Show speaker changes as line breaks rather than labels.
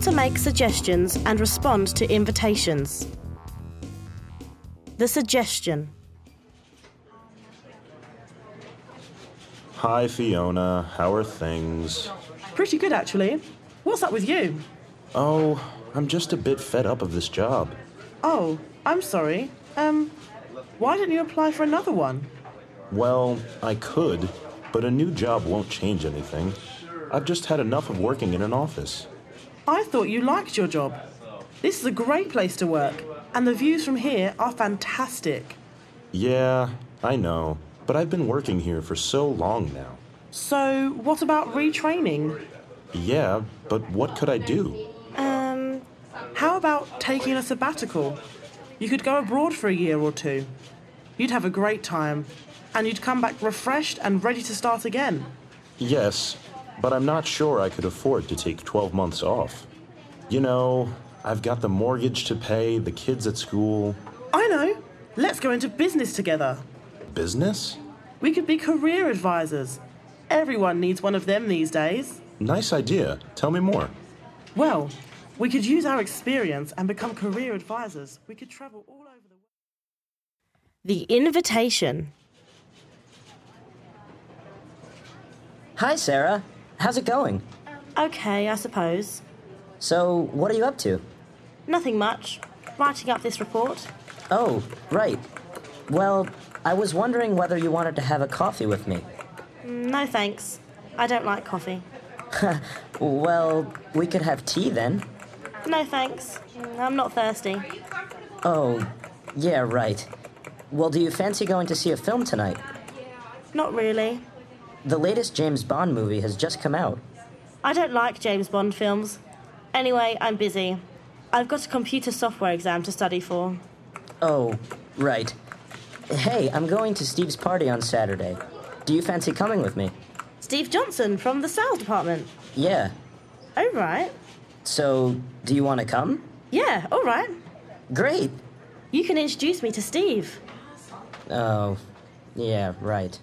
to make suggestions and respond to invitations. The suggestion.
Hi, Fiona. How are things?
Pretty good, actually. What's up with you?
Oh, I'm just a bit fed up of this job.
Oh, I'm sorry. Um, why didn't you apply for another one?
Well, I could, but a new job won't change anything. I've just had enough of working in an office.
I thought you liked your job. This is a great place to work, and the views from here are fantastic.
Yeah, I know, but I've been working here for so long now.
So, what about retraining?
Yeah, but what could I do?
Um,
How about taking a sabbatical? You could go abroad for a year or two. You'd have a great time, and you'd come back refreshed and ready to start again.
Yes, but I'm not sure I could afford to take 12 months off. You know, I've got the mortgage to pay, the kids at school,
I know! Let's go into business together.
business?
We could be career advisors. Everyone needs one of them these days.
Nice idea. Tell me more.
Well, we could use our experience and become career advisors. We could travel all over the world.
the invitation.
Hi, Sarah. How's it going?
Okay, I suppose.
So, what are you up to?
Nothing much. Writing up this report.
Oh, right. Well, I was wondering whether you wanted to have a coffee with me.
No thanks. I don't like coffee.
Well, we could have tea then.
No thanks. I'm not thirsty.
Oh, yeah, right. Well, do you fancy going to see a film tonight?
Not really.
The latest James Bond movie has just come out.
I don't like James Bond films. Anyway, I'm busy. I've got a computer software exam to study for.
Oh, right. Hey, I'm going to Steve's party on Saturday. Do you fancy coming with me?
Steve Johnson from the sales department.
Yeah.
Oh, right.
So, do you want to come?
Yeah, all right.
Great.
You can introduce me to Steve.
Oh, yeah, right.